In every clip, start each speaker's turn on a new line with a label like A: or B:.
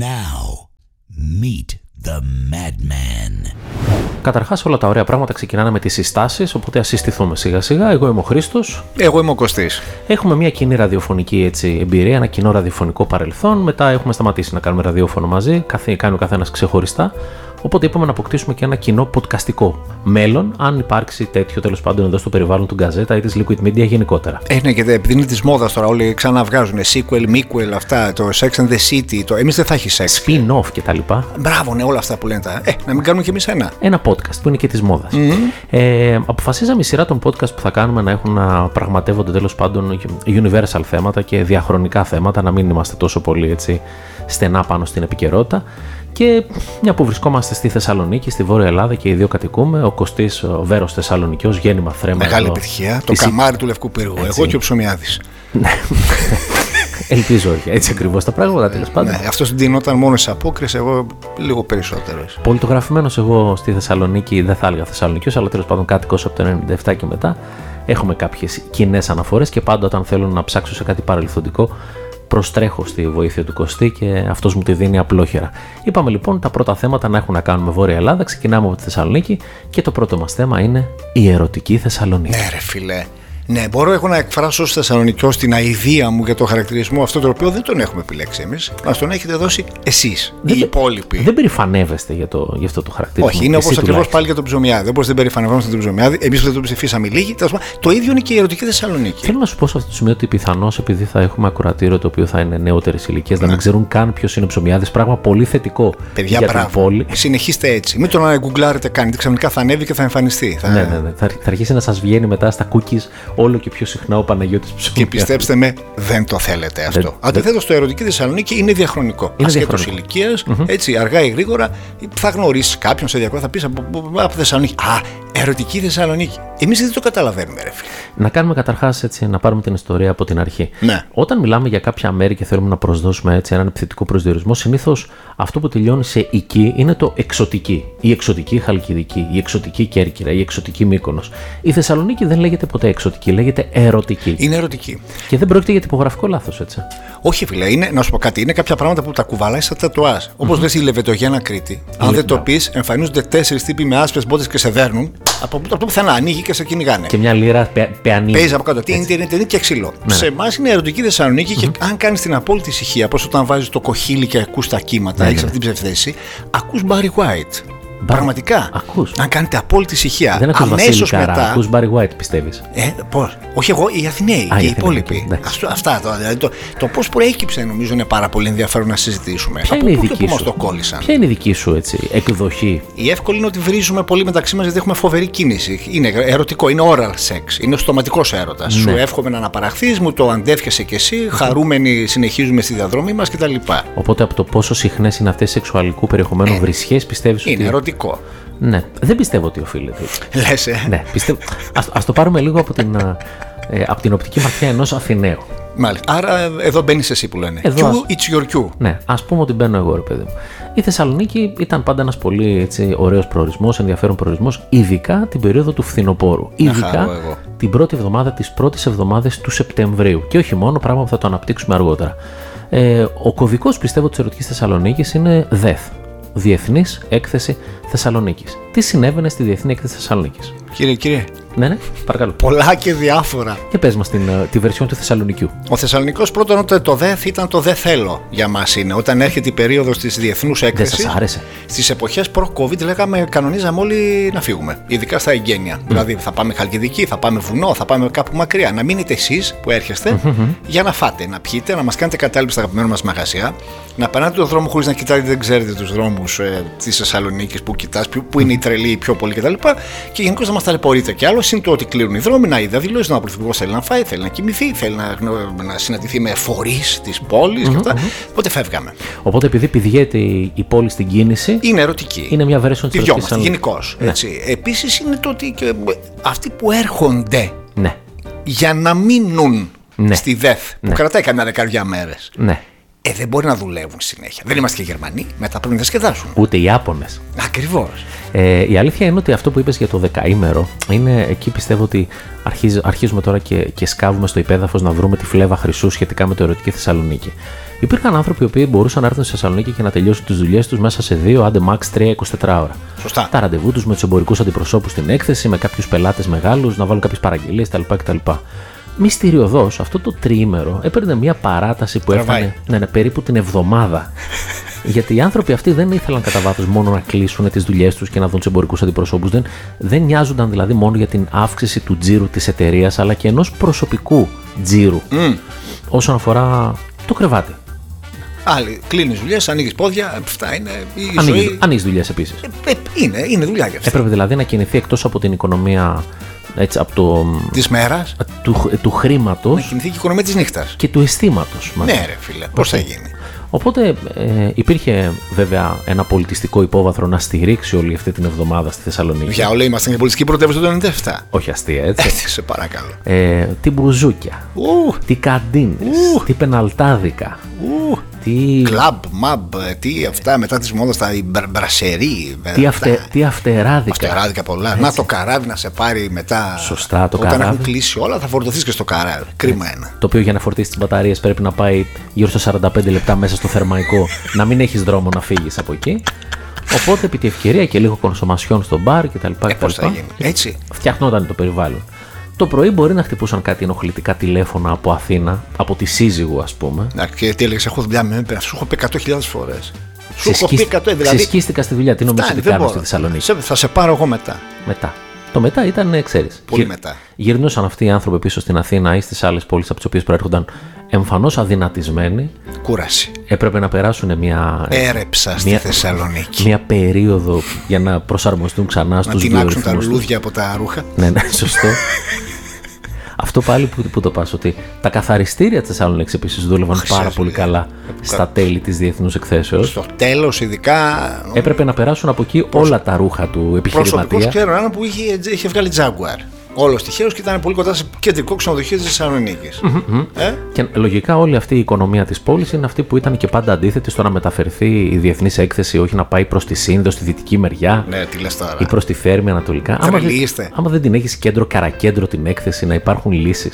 A: Now, meet the madman.
B: Καταρχάς, όλα τα ωραία πράγματα ξεκινάνε με τις συστάσεις, οπότε α συστηθούμε σιγά-σιγά. Εγώ είμαι ο Χρήστος.
C: Εγώ είμαι ο Κωστής.
B: Έχουμε μια κοινή ραδιοφωνική έτσι, εμπειρία, ένα κοινό ραδιοφωνικό παρελθόν. Μετά έχουμε σταματήσει να κάνουμε ραδιόφωνο μαζί, καθ- κάνει ο καθένας ξεχωριστά. Οπότε είπαμε να αποκτήσουμε και ένα κοινό podcastικό μέλλον, αν υπάρξει τέτοιο τέλος πάντων εδώ στο περιβάλλον του Γκαζέτα ή της Liquid Media γενικότερα.
C: Ε, ναι, και δε- επειδή είναι της μόδας τώρα, όλοι ξανά βγάζουν sequel, sequel, αυτά, το Sex and the City. Το... Εμείς δεν θα έχει sex.
B: Spin-off κτλ.
C: Μπράβο, ναι, όλα αυτά που λένε τα. Ε, να μην κάνουμε κι εμείς ένα.
B: ένα podcast που είναι και της μοδα Ε, αποφασίζαμε η σειρά των podcast που θα κάνουμε να έχουν να πραγματεύονται τέλος πάντων universal θέματα και διαχρονικά θέματα, να μην είμαστε τόσο πολύ έτσι, στενά πάνω στην επικαιρότητα. Και μια που βρισκόμαστε στη Θεσσαλονίκη, στη Βόρεια Ελλάδα και οι δύο κατοικούμε, ο Κωστής ο Βέρος Θεσσαλονικιός, γέννημα θρέμα.
C: Μεγάλη
B: εδώ.
C: επιτυχία. Το
B: Της-
C: καμάρι του Λευκού Πύργου. Εγώ και ο Ψωμιάδης.
B: Ελπίζω όχι, έτσι ακριβώς τα πράγματα τέλος πάντων.
C: Ναι, αυτό ντυνόταν μόνο σε απόκριση, εγώ λίγο περισσότερο. ίσως.
B: Πολιτογραφημένος εγώ στη Θεσσαλονίκη, δεν θα έλεγα Θεσσαλονικιός, αλλά τέλος πάντων κάτοικος από το 97 και μετά. Έχουμε κάποιες κοινές αναφορές και πάντα όταν θέλω να ψάξω σε κάτι παρελθοντικό, προστρέχω στη βοήθεια του Κωστή και αυτός μου τη δίνει απλόχερα. Είπαμε λοιπόν τα πρώτα θέματα να έχουν να κάνουν με Βόρεια Ελλάδα. Ξεκινάμε από τη Θεσσαλονίκη και το πρώτο μας θέμα είναι η ερωτική Θεσσαλονίκη.
C: Ναι, ρε φιλέ. Ναι, μπορώ εγώ να εκφράσω ως Θεσσαλονικιός την αηδία μου για το χαρακτηρισμό αυτό το οποίο δεν τον έχουμε επιλέξει εμείς. Μας τον έχετε δώσει εσείς, οι υπόλοιποι.
B: Δεν περηφανεύεστε για, το, για αυτό το χαρακτήρα.
C: Όχι, είναι όπως ακριβώς πάλι για τον ψωμιάδη. Όπως δεν περηφανευόμαστε τον ψωμιάδη, εμείς δεν τον ψηφίσαμε λίγοι. τέλος πάντων, Το ίδιο είναι και η ερωτική Θεσσαλονίκη.
B: Θέλω να σου πω σε αυτό το σημείο ότι πιθανώς επειδή θα έχουμε ακροατήριο το οποίο θα είναι νεότερη ηλικία, να μην ξέρουν καν ποιος είναι ο ψωμιάδης, πράγμα πολύ θετικό
C: Ναι. Παιδιά,
B: για την
C: μπράβο.
B: πόλη.
C: Συνεχίστε έτσι. Μην τον αναγκουγκλάρετε καν. Ξαφνικά θα ανέβει και θα εμφανιστεί. Θα-
B: Ναι, ναι, ναι. Θα, θα αρχίσει να σας βγαίνει μετά στα cookies όλο και πιο συχνά ο Παναγιώτης
C: Και
B: Ψωμιάδης.
C: πιστέψτε με, δεν το θέλετε
B: Δεν-
C: αυτό. Αντιθέτω, το ερωτική Θεσσαλονίκη είναι διαχρονικό.
B: Είναι
C: Ασχέτως
B: διαχρονικό.
C: ηλικίας, έτσι αργά ή γρήγορα, θα γνωρίσεις κάποιον σε διακοπέ, θα πεις από, από, από Θεσσαλονίκη. Α, ερωτική Θεσσαλονίκη. Εμείς δεν το καταλαβαίνουμε, ρε φίλε.
B: Να κάνουμε καταρχάς έτσι, να πάρουμε την ιστορία από την αρχή.
C: Ναι.
B: Όταν μιλάμε για κάποια μέρη και θέλουμε να προσδώσουμε έτσι έναν επιθετικό προσδιορισμό, συνήθως αυτό που τελειώνει σε οικεί είναι το εξωτική. Η εξωτική Χαλκιδική, η εξωτική Κέρκυρα, η εξωτική Μύκονος. Η Θεσσαλονίκη δεν λέγεται ποτέ εξωτική, λέγεται ερωτική.
C: Είναι ερωτική.
B: Και δεν πρόκειται για τυπογραφικό λάθος, έτσι.
C: Όχι, φίλε, είναι, να σου πω κάτι. Είναι κάποια πράγματα που τα κουβαλάει στα τατουάζ. Όπως mm-hmm. η Λεβετογένα Κρήτη. Αν δεν
B: Ναι.
C: το πεις, εμφανίζονται τέσσερις τύποι με άσπρες μπότες και σε δέρνουν. Από, από το πουθενά ανοίγει και σε κυνηγάνε.
B: Και Ναι, μια λίρα πε, πεανή.
C: Παίζει από κάτω. Τι είναι, τι είναι, τι είναι και ξύλο. Σε εμάς είναι ερωτική Θεσσαλονίκη και αν κάνεις την απόλυτη ησυχία, όπω όταν βάζεις το κοχύλι και ακούς τα κύματα,
B: Ναι,
C: έχεις αυτή την ψευδέση, ακούς Barry White. Πραγματικά.
B: Ακούς.
C: Αν κάνετε απόλυτη ησυχία,
B: Δεν ακούς
C: αμέσως
B: Βασίλη Καρά,
C: μετά.
B: ακούς Barry White πιστεύεις.
C: Ε, πώς. Όχι εγώ, οι Αθηναίοι
B: οι
C: και οι
B: Αθηναίοι, ναι.
C: υπόλοιποι.
B: εντάξει.
C: Αυτό- αυτά τώρα. Δηλαδή το, το πώς προέκυψε νομίζω είναι πάρα πολύ ενδιαφέρον να συζητήσουμε.
B: Ποια
C: Από
B: είναι η
C: πού και
B: δική
C: πού μας
B: σου.
C: το κόλλησαν.
B: Ποια είναι η δική σου έτσι, εκδοχή.
C: Η εύκολη είναι ότι βρίζουμε πολύ μεταξύ μας γιατί έχουμε φοβερή κίνηση. Είναι ερωτικό, είναι oral sex. Είναι ο στοματικός έρωτας.
B: Ναι.
C: Σου εύχομαι να αναπαραχθείς, μου το αντεύχεσαι κι εσύ. Χαρούμενοι συνεχίζουμε στη διαδρομή μας κτλ.
B: Οπότε από το πόσο συχνές είναι αυτές σεξουαλικού περιεχομένου ε, βρισχές, πιστεύεις
C: Είναι
B: ότι.
C: ερωτικό.
B: Ναι, δεν πιστεύω ότι οφείλεται.
C: Λες, ε.
B: ναι, πιστεύω. Ας, ας το πάρουμε λίγο από την, α, ε, από την οπτική ματιά ενός Αθηναίου.
C: Μάλιστα. Άρα ε, εδώ μπαίνεις εσύ που λένε.
B: Εδώ
C: Q,
B: ας-
C: it's your Q.
B: Ναι, ας πούμε ότι μπαίνω εγώ, ρε παιδί μου. Η Θεσσαλονίκη ήταν πάντα ένας πολύ έτσι, ωραίος προορισμός, ενδιαφέρον προορισμός, ειδικά την περίοδο του φθινοπόρου. Ειδικά
C: χαρώ εγώ.
B: την πρώτη εβδομάδα τη πρώτη εβδομάδα του Σεπτεμβρίου. Και όχι μόνο, πράγμα που θα το αναπτύξουμε αργότερα. Ε, ο κωδικός πιστεύω της Ερωτικής Θεσσαλονίκης είναι ΔΕΘ. Διεθνής Έκθεση Θεσσαλονίκης. Τι συνέβαινε στη Διεθνή Έκθεση Θεσσαλονίκης.
C: Κύριε, κύριε.
B: Ναι, ναι, παρακαλώ.
C: Πολλά και διάφορα.
B: Και πες μας ε, τη βερσιόν του Θεσσαλονικιού.
C: Ο Θεσσαλονικός πρώτον ότι το ΔΕΘ ήταν το δεν θέλω για μας είναι. Όταν έρχεται η περίοδος της διεθνούς
B: Δεν
C: έκθεσης.
B: σας Ε, άρεσε.
C: Στις εποχές προ-COVID λέγαμε, κανονίζαμε όλοι να φύγουμε. Ειδικά στα
B: Ναι.
C: εγγένεια. Δηλαδή, θα πάμε Χαλκιδική, θα πάμε βουνό, θα πάμε κάπου μακριά. Να μείνετε εσείς που ερχεστε για να φάτε, να πιείτε, να μας κάνετε κατάληψη στα αγαπημένα μας μαγαζιά, να περνάτε τον δρόμο χωρίς να κοιτάτε, δεν ξέρετε τους δρόμους ε, της Θεσσαλονίκης που κοιτάς, που είναι η τρελή, η πιο πολύ κτλ. Και γενικώς να μα ταλαιπωρείτε κι άλλο. Συν το ότι κλείνουν οι δρόμοι, να είδα δηλώσεις, να ο πρωθυπουργός θέλει να φάει, θέλει να κοιμηθεί, θέλει να, γνω- να συναντηθεί με φορείς της πολη και αυτά. Οπότε φεύγαμε.
B: Οπότε επειδή πηγαίνει η πόλη στην κίνηση,
C: Είναι ερωτική.
B: είναι μια version της
C: Τη
B: Ερωτική
C: δυόμαστε
B: Θεσσαλονίκης.
C: γενικώς. Επίσης είναι το ότι και αυτοί που έρχονται
B: Ναι,
C: για να μείνουν
B: Ναι.
C: στη ΔΕΘ, που κρατάει καμιά δεκαριά μέρες,
B: ναι.
C: Ε, δεν μπορεί να δουλεύουν συνέχεια. Δεν είμαστε και Γερμανοί. Μετά πρέπει να διασκεδάσουν.
B: Ούτε οι Ιάπωνες.
C: Ακριβώς.
B: Ε, η αλήθεια είναι ότι αυτό που είπες για το δεκαήμερο είναι εκεί πιστεύω ότι αρχίζ- αρχίζουμε τώρα και, και σκάβουμε στο υπέδαφος να βρούμε τη φλέβα χρυσού σχετικά με το ερωτική Θεσσαλονίκη. Υπήρχαν άνθρωποι οι οποίοι μπορούσαν να έρθουν στη Θεσσαλονίκη και να τελειώσουν τις δουλειές τους μέσα σε 2, άντε max 3-24 ώρα.
C: Σωστά.
B: Τα ραντεβού τους με τους εμπορικούς αντιπροσώπους στην έκθεση, με κάποιους πελάτες μεγάλους, να βάλουν κάποιες παραγγελίες κτλ. Μυστηριωδώς, αυτό το τριήμερο έπαιρνε μια παράταση που
C: Τραβάει.
B: έφτανε ναι, ναι, περίπου την εβδομάδα. Γιατί οι άνθρωποι αυτοί δεν ήθελαν κατά βάθος μόνο να κλείσουν τις δουλειές τους και να δουν τους εμπορικούς αντιπροσώπους. Δεν, δεν νοιάζονταν δηλαδή μόνο για την αύξηση του τζίρου της εταιρείας, αλλά και ενός προσωπικού τζίρου όσον αφορά το κρεβάτι.
C: Άλλοι κλείνεις δουλειές, ανοίγεις πόδια. ε, Αυτά είναι. Η
B: Ανοίγεις,
C: ζωή.
B: ανοίγεις δουλειές επίσης.
C: Ε, ε, είναι, είναι δουλειά για αυτή.
B: Έπρεπε δηλαδή να κινηθεί εκτός από την οικονομία έτσι, από το,
C: Της μέρας
B: του, του χρήματος
C: να κινηθεί και η οικονομία της νύχτας.
B: και του αισθήματος.
C: Ναι, ρε φίλε, πώς θα γίνει.
B: Οπότε ε, υπήρχε βέβαια ένα πολιτιστικό υπόβαθρο να στηρίξει όλη αυτή την εβδομάδα στη Θεσσαλονίκη.
C: Για όλα ήμασταν και πολιτική πρωτεύουσα του 97.
B: Όχι αστεία, έτσι.
C: Έτσι, σε παρακαλώ.
B: ε, τι μπουζούκια,
C: Ου,
B: τι καντίνες, τι πεναλτάδικα,
C: ου.
B: τι,
C: Κλαμπ, μαμπ, ε, τι αυτά μετά τη μόδα, τα μπρα- μπρασερί. ε,
B: τι,
C: αυτά.
B: αυτε, τι αυτεράδικα.
C: Αστεράδικα πολλά. Να το καράβι να σε πάρει μετά.
B: Σωστά, το
C: Όταν
B: καράβι. Ε,
C: έχουν κλείσει όλα, θα φορτωθείς και στο καράβι. Κρίμα ένα.
B: Το οποίο για να φορτίσεις τις μπαταρίες πρέπει να πάει γύρω στα 45 λεπτά μέσα στο θερμαϊκό, να μην έχεις δρόμο να φύγεις από εκεί. Οπότε επί τη ευκαιρία και λίγο κονσομασιόν στο μπαρ κτλ.
C: Ε,
B: κτλ.
C: πώς θα γίνει. Έτσι.
B: φτιαχνόταν το περιβάλλον. Το πρωί μπορεί να χτυπούσαν κάτι ενοχλητικά τηλέφωνα από Αθήνα, από τη σύζυγο ας πούμε.
C: Να, και τι έλεγες, έχω δουλειά με έπαιρνα. Σου έχω πει 100.000 φορές. Σου έχω πει
B: Ξεσκίσ-
C: 100, δηλαδή.
B: Ξεσκίστηκα στη δουλειά. Τι νομίζω
C: Φτάνει,
B: ότι
C: δεν
B: κάνω στη
C: μπορώ.
B: Θεσσαλονίκη.
C: Σε, θα σε πάρω εγώ μετά.
B: Μετά. Το μετά ήταν, ξέρεις.
C: Πολύ μετά.
B: Γυρνούσαν αυτοί οι άνθρωποι πίσω στην Αθήνα ή στις άλλες πόλεις από τις οποίες προέρχονταν εμφανώς αδυνατισμένοι.
C: Κούραση.
B: Έπρεπε να περάσουν μια,
C: Ε. Έρεψα στη
B: Μια-
C: Θεσσαλονίκη.
B: μια περίοδο για να προσαρμοστούν ξανά
C: Να
B: στους
C: τεινάξουν τα
B: βιορυθμούς τους.
C: λουλούδια από τα ρούχα.
B: Ναι, ναι, σωστό. Αυτό πάλι που, που το πας, ότι τα καθαριστήρια της Θεσσαλονίκης επίσης δούλευαν πάρα πολύ καλά
C: Ε,
B: στα τέλη της διεθνούς εκθέσεως.
C: Στο τέλος, ειδικά.
B: Έπρεπε να περάσουν από εκεί όλα τα ρούχα του
C: Προσωπικό
B: επιχειρηματία.
C: ξέρω έναν που είχε, είχε βγάλει Jaguar. Όλο τυχαίο και ήταν πολύ κοντά σε κεντρικό ξενοδοχείο της Θεσσαλονίκης. Ε,
B: Και λογικά όλη αυτή η οικονομία της πόλης είναι αυτή που ήταν και πάντα αντίθετη στο να μεταφερθεί η διεθνής έκθεση, όχι να πάει προς τη Σύνδο, στη δυτική μεριά.
C: ναι, τι λες τώρα.
B: ή προς τη Θέρμη ανατολικά. Άμα δεν,
C: Τρελοί είστε.
B: άμα δεν την έχεις κέντρο καρακέντρο την έκθεση, να υπάρχουν λύσεις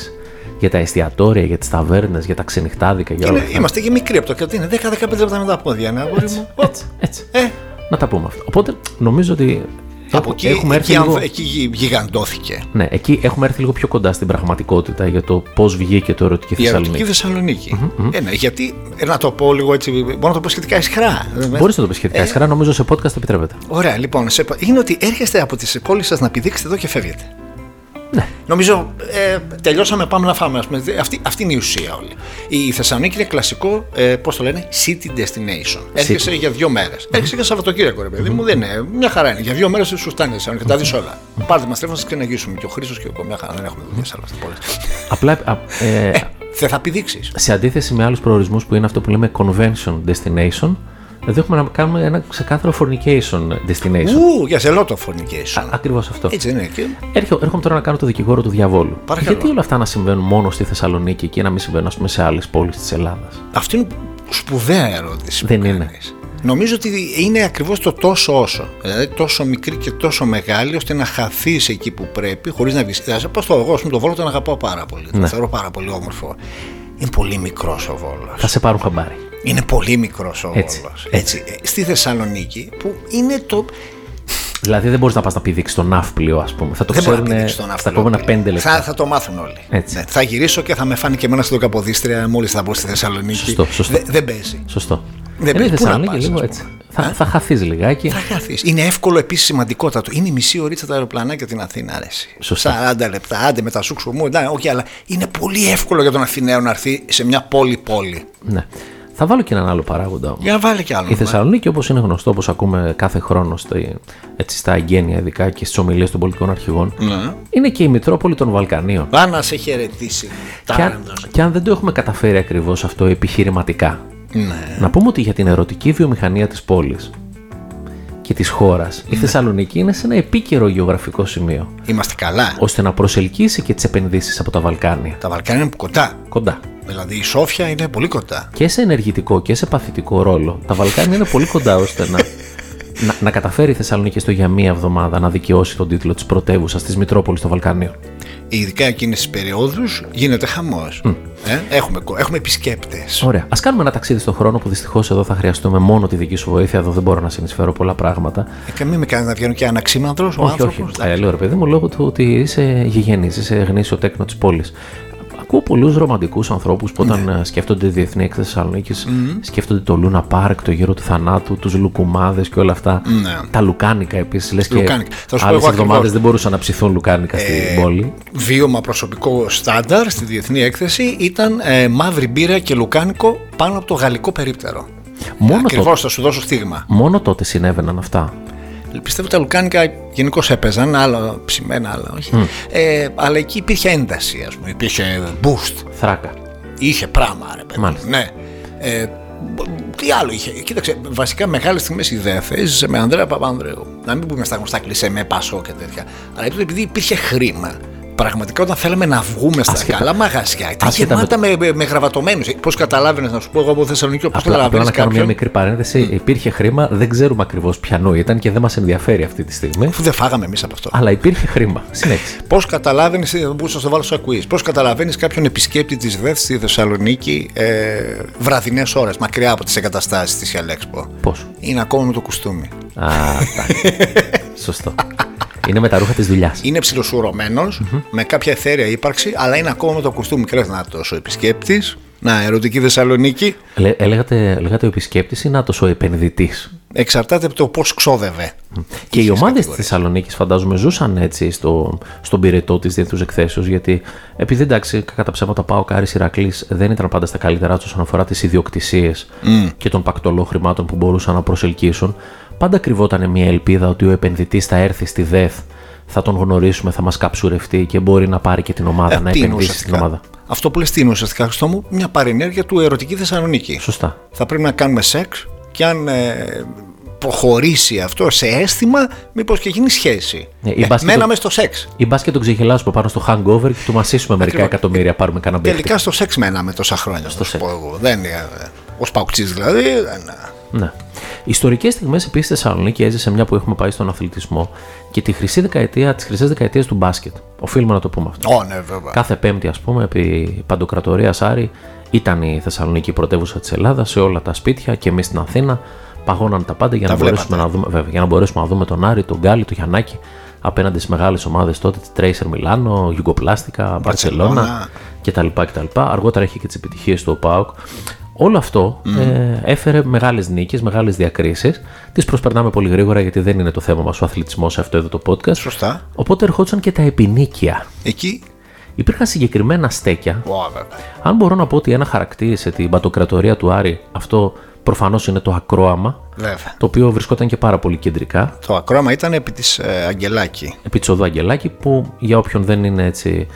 B: για τα εστιατόρια, για τις ταβέρνες, για τα ξενυχτάδικα, για όλα
C: Είναι,
B: αυτά.
C: είμαστε και μικροί από το κέντρο. Είναι 10-15 λεπτά μετά από διάνα, αγόρι μου.
B: Έτσι, έτσι.
C: Ε,
B: Να τα πούμε αυτά. Οπότε νομίζω ότι
C: από
B: έχουμε-
C: εκεί,
B: έχουμε έρθει
C: εκεί,
B: λίγο.
C: αν- εκεί γι- γιγαντώθηκε.
B: Ναι, εκεί έχουμε έρθει λίγο πιο κοντά στην πραγματικότητα για το πώς βγήκε το ερωτική
C: Η ερωτική
B: Θεσσαλονίκη.
C: Θεσσαλονίκη. Ε, ναι, γιατί ε, να το πω λίγο έτσι, μπορώ να το πω σχετικά ισχρά.
B: Μπορείς να το πεις σχετικά
C: Ε,
B: ισχυρά, νομίζω σε podcast επιτρέπεται.
C: Ωραία, λοιπόν, σε, είναι ότι έρχεστε από τις πόλεις σας να πηδήξετε εδώ και φεύγετε.
B: Ναι.
C: Νομίζω ε, τελειώσαμε, πάμε να φάμε. ας πούμε. Αυτή, αυτή είναι η ουσία όλη. Η Θεσσαλονίκη είναι κλασικό, ε, πώς το λένε, city destination. Έρχεσαι για δύο μέρες. Έρχεσαι για Σαββατοκύριακο, ρε παιδί μου, δεν είναι. Μια χαρά είναι. Για δύο μέρες σου φτάνει η Θεσσαλονίκη, τα δεις όλα. Πάρτε μας τηλέφωνο, σας ξεναγήσουμε. Και ο Χρήσο και εγώ, μια χαρά, δεν έχουμε δουλειά σε άλλε πόλει.
B: Απλά α, ε,
C: Δεν θα πηδήξεις.
B: σε αντίθεση με άλλους προορισμούς που είναι αυτό που λέμε convention destination, εδώ έχουμε να κάνουμε ένα ξεκάθαρο fornication destination.
C: Ου, για σε λότο φωνικέ σου.
B: Ακριβώς αυτό.
C: Έτσι δεν είναι. Και...
B: Έρχομαι, έρχομαι τώρα να κάνω το δικηγόρο του διαβόλου.
C: Παρακαλώ.
B: Γιατί όλα αυτά να συμβαίνουν μόνο στη Θεσσαλονίκη και να μην συμβαίνουν ας πούμε, σε άλλες πόλεις της Ελλάδας.
C: Αυτή είναι σπουδαία ερώτηση. που
B: Δεν είναι.
C: κάνεις. Νομίζω ότι είναι ακριβώς το τόσο όσο. Δηλαδή τόσο μικρή και τόσο μεγάλη ώστε να χαθείς εκεί που πρέπει χωρίς να βγεις. Δηλαδή πω στο εγώ, ας πούμε, το Βόλο τον αγαπάω πάρα πολύ.
B: Ναι.
C: Τον θεωρώ πάρα πολύ όμορφο. Είναι πολύ μικρός ο Βόλος.
B: Θα σε πάρουν χαμπάρι.
C: Είναι πολύ μικρός ο
B: Έτσι.
C: Βόλος. Έτσι. Ε, Στη Θεσσαλονίκη που είναι το...
B: Δηλαδή δεν μπορείς να πας να πηδήξεις τον ναύπλιο, ας πούμε. Θα το
C: Δεν μπορεί να
B: ξέρουν
C: πηδήξει τον
B: στα
C: αύριο.
B: επόμενα πέντε λεπτά.
C: Θα, θα το μάθουν όλοι.
B: Έτσι.
C: Ναι, θα γυρίσω και θα με φάνει και εμένα στον Καποδίστρια μόλις θα μπω στη Θεσσαλονίκη.
B: Σωστό, σωστό.
C: Δε- δεν παίζει.
B: Σωστό.
C: Δεν
B: Ενώ η
C: πες, πού να
B: Θεσσαλονίκη
C: πας,
B: λίγο
C: ας
B: έτσι.
C: πούμε.
B: Θα, θα χαθείς λιγάκι.
C: Θα χαθείς. Είναι εύκολο επίσης σημαντικότατο. Είναι η μισή ωρίτσα τα αεροπλανάκια την Αθήνα, αρέσει.
B: Σωστά.
C: 40 λεπτά, άντε με τα σούξου μου, εντάξει, όχι, αλλά είναι πολύ εύκολο για τον Αθηναίο να έρθει σε μια πόλη-πόλη.
B: Ναι. Θα βάλω και έναν άλλο παράγοντα όμως.
C: Για να βάλει κι άλλο.
B: Η Θεσσαλονίκη, όπως είναι γνωστό, όπως ακούμε κάθε χρόνο στη- έτσι, στα εγγένεια, ειδικά και στις ομιλίες των πολιτικών αρχηγών, είναι και η Μητρόπολη των Βαλκανίων.
C: Ναι. Βά να σε χαιρετήσει.
B: Και αν,
C: Τάραντος.
B: και αν δεν το έχουμε καταφέρει ακριβώς αυτό επιχειρηματικά,
C: Ναι.
B: να πούμε ότι για την ερωτική βιομηχανία της πόλης και της χώρας, η
C: Ναι.
B: Θεσσαλονίκη είναι σε ένα επίκαιρο γεωγραφικό σημείο,
C: Είμαστε καλά.
B: ώστε να προσελκύσει και τις επενδύσεις από τα Βαλκάνια.
C: Τα Βαλκάνια είναι που κοντά.
B: Κοντά.
C: Δηλαδή η Σόφια είναι πολύ κοντά.
B: και σε ενεργητικό και σε παθητικό ρόλο. Τα Βαλκάνια είναι πολύ κοντά ώστε να, να, να καταφέρει η Θεσσαλονίκη στο για μία εβδομάδα να δικαιώσει τον τίτλο της πρωτεύουσας της Μητρόπολης των Βαλκανίων.
C: Ειδικά εκείνες τις περιόδους γίνεται χαμός. Ε, έχουμε, κο- έχουμε επισκέπτες.
B: Ωραία. Ας κάνουμε ένα ταξίδι στον χρόνο που δυστυχώς εδώ θα χρειαστούμε μόνο τη δική σου βοήθεια. Εδώ δεν μπορώ να συνεισφέρω πολλά πράγματα.
C: Ε, μην με κάνεις να βγαίνω και αναξίμαντρο ο
B: όχι,
C: άνθρωπο.
B: όχι. Ε, λέω ρε παιδί μου, λόγω του ότι είσαι γηγενής, είσαι γνήσιο τέκνο της πόλης. Ακούω πολλούς ρομαντικούς ανθρώπους που όταν
C: Ναι.
B: ε, σκέφτονται διεθνή έκθεση Θεσσαλονίκης, σκέφτονται το Λούνα Πάρκ, το γύρο του θανάτου, τους λουκουμάδες και όλα αυτά.
C: Ναι.
B: Τα λουκάνικα επίσης. Λες και
C: Λουκάνικα. Θα σου πω
B: άλλες
C: εγώ
B: εβδομάδε
C: ακριβώς. Ε.
B: δεν μπορούσαν να ψηθούν λουκάνικα στην πόλη.
C: Βίωμα προσωπικό στάνταρ στη διεθνή έκθεση ήταν ε, μαύρη μπύρα και λουκάνικο πάνω από το γαλλικό περίπτερο.
B: Μόνο
C: Ακριβώς θα σου δώσω στίγμα.
B: Μόνο τότε συνέβαιναν αυτά.
C: Πιστεύω τα λουκάνικα γενικώς έπαιζαν, άλλα ψημένα, άλλα όχι. Ε, αλλά εκεί υπήρχε ένταση, ας πούμε. Υπήρχε boost.
B: Θράκα.
C: Είχε πράγμα, ρε παιδί.
B: Μάλιστα.
C: Ναι. Ε, μπο- τι άλλο είχε. Κοίταξε, βασικά μεγάλες στιγμές ιδέθε έζησε με Ανδρέα Παπανδρέου. Να μην πούμε στα γνωστά κλεισέ με Πασό και τέτοια. Αλλά επειδή- επειδή υπήρχε χρήμα. Πραγματικά όταν θέλαμε να βγούμε στα
B: Ασχετά-
C: καλά μαγαζιά, ήταν
B: ασχετά
C: γεμάτα με, με, με γραβατωμένους. Πώς καταλάβαινες να σου πω εγώ από Θεσσαλονίκη, πώ
B: Απλά, απλά
C: καταλαβαίνει
B: να κάνω μια
C: κάποιον.
B: μικρή παρένθεση. Υπήρχε χρήμα, δεν ξέρουμε ακριβώς ποιανού ήταν και δεν μας ενδιαφέρει αυτή τη στιγμή.
C: Αφού δεν φάγαμε εμείς από αυτό.
B: Αλλά υπήρχε χρήμα. Συνέχισε.
C: Πώς καταλάβαινες, μπορούσα να το βάλω στο quiz, πώς καταλαβαίνεις κάποιον επισκέπτη της ΔΕΘ στη Θεσσαλονίκη ε, βραδινές ώρες, μακριά από τις εγκαταστάσεις της Αλέξπο.
B: Πώς.
C: Είναι ακόμα με το κουστούμι.
B: Α, τα- Σωστό. Είναι με τα ρούχα της δουλειάς.
C: Είναι ψιλοσουρωμένος, με κάποια εθέρεια ύπαρξη, αλλά είναι ακόμα με το κουστούμι. Κρέθνατο ο επισκέπτης. Να, ερωτική Θεσσαλονίκη.
B: Λέγατε, λέγατε ο επισκέπτης ή να ο επενδυτής.
C: Εξαρτάται από το πώς ξόδευε.
B: Και οι
C: Ποιες
B: ομάδε τη
C: κατηγορίες.
B: Θεσσαλονίκης, φαντάζομαι, ζούσαν έτσι στο, στον πυρετό της διεθνούς εκθέσεως. Γιατί επειδή εντάξει, κακά τα ψέματα, πάω Κάρι Ηρακλής δεν ήταν πάντα στα καλύτερά τους όσον αφορά τις ιδιοκτησίες και τον πακτολό χρημάτων που μπορούσαν να προσελκύσουν. Πάντα κρυβόταν μια ελπίδα ότι ο επενδυτής θα έρθει στη ΔΕΘ, θα τον γνωρίσουμε, θα μας καψουρευτεί και μπορεί να πάρει και την ομάδα,
C: Ε,
B: να
C: τι είναι
B: επενδύσει στην
C: ουσιαστικά.
B: ομάδα.
C: Αυτό που λες, τι είναι ουσιαστικά, Χριστό μου, μια παρενέργεια του ερωτική Θεσσαλονίκη.
B: Σωστά.
C: θα πρέπει να κάνουμε σεξ και αν ε, προχωρήσει αυτό σε αίσθημα, μήπως και γίνει σχέση. Ε,
B: Ναι, η μπάσκετ-
C: μέναμε στο σεξ.
B: Ή μπα και τον ξεχυλάσουμε πάνω στο hangover και του μασίσουμε μερικά
C: Ακριβώς.
B: εκατομμύρια, πάρουμε κανένα μπέχτη.
C: Τελικά στο σεξ μέναμε τόσα χρόνια, στο
B: σεξ.
C: πω εγώ. Δεν, ε, ως παουξής δηλαδή, δεν, ε,
B: Ναι. Ιστορικές στιγμές επίσης στη Θεσσαλονίκη έζησε μια που έχουμε πάει στον αθλητισμό και τη χρυσή δεκαετία, τις χρυσές δεκαετίες του μπάσκετ. Οφείλουμε να το πούμε αυτό.
C: Ω, ναι, βέβαια.
B: Κάθε Πέμπτη, ας πούμε, επί παντοκρατορία Άρη, ήταν η Θεσσαλονίκη η πρωτεύουσα της Ελλάδας σε όλα τα σπίτια και εμείς στην Αθήνα. Παγώναν τα πάντα για να,
C: βλέπατε.
B: μπορέσουμε να δούμε, βέβαια, για να μπορέσουμε να δούμε τον Άρη, τον Γκάλι, τον Γιαννάκη απέναντι στις μεγάλες ομάδες τότε, τη Tracer Μιλάνο, Γιουγκοπλάστικα, Μπαρσελόνα
C: Μπαρτσελώνα.
B: κτλ. κτλ. Αργότερα είχε και τις επιτυχίες του ΠΑΟΚ. Όλο αυτό ε, έφερε μεγάλες νίκες, μεγάλες διακρίσεις. Τις προσπερνάμε πολύ γρήγορα γιατί δεν είναι το θέμα μας ο αθλητισμός σε αυτό εδώ το podcast.
C: Σωστά.
B: Οπότε ερχόντουσαν και τα επινίκια.
C: Εκεί,
B: Υπήρχαν συγκεκριμένα στέκια.
C: ω, βέβαια.
B: Αν μπορώ να πω ότι ένα χαρακτήρισε την πατοκρατορία του Άρη, αυτό προφανώς είναι το ακρόαμα,
C: βέβαια.
B: το οποίο βρισκόταν και πάρα πολύ κεντρικά.
C: Το ακρόαμα ήταν επί της ε, Αγγελάκη.
B: Επί της οδού Αγγελάκη, που για όποιον δεν είναι έτσι.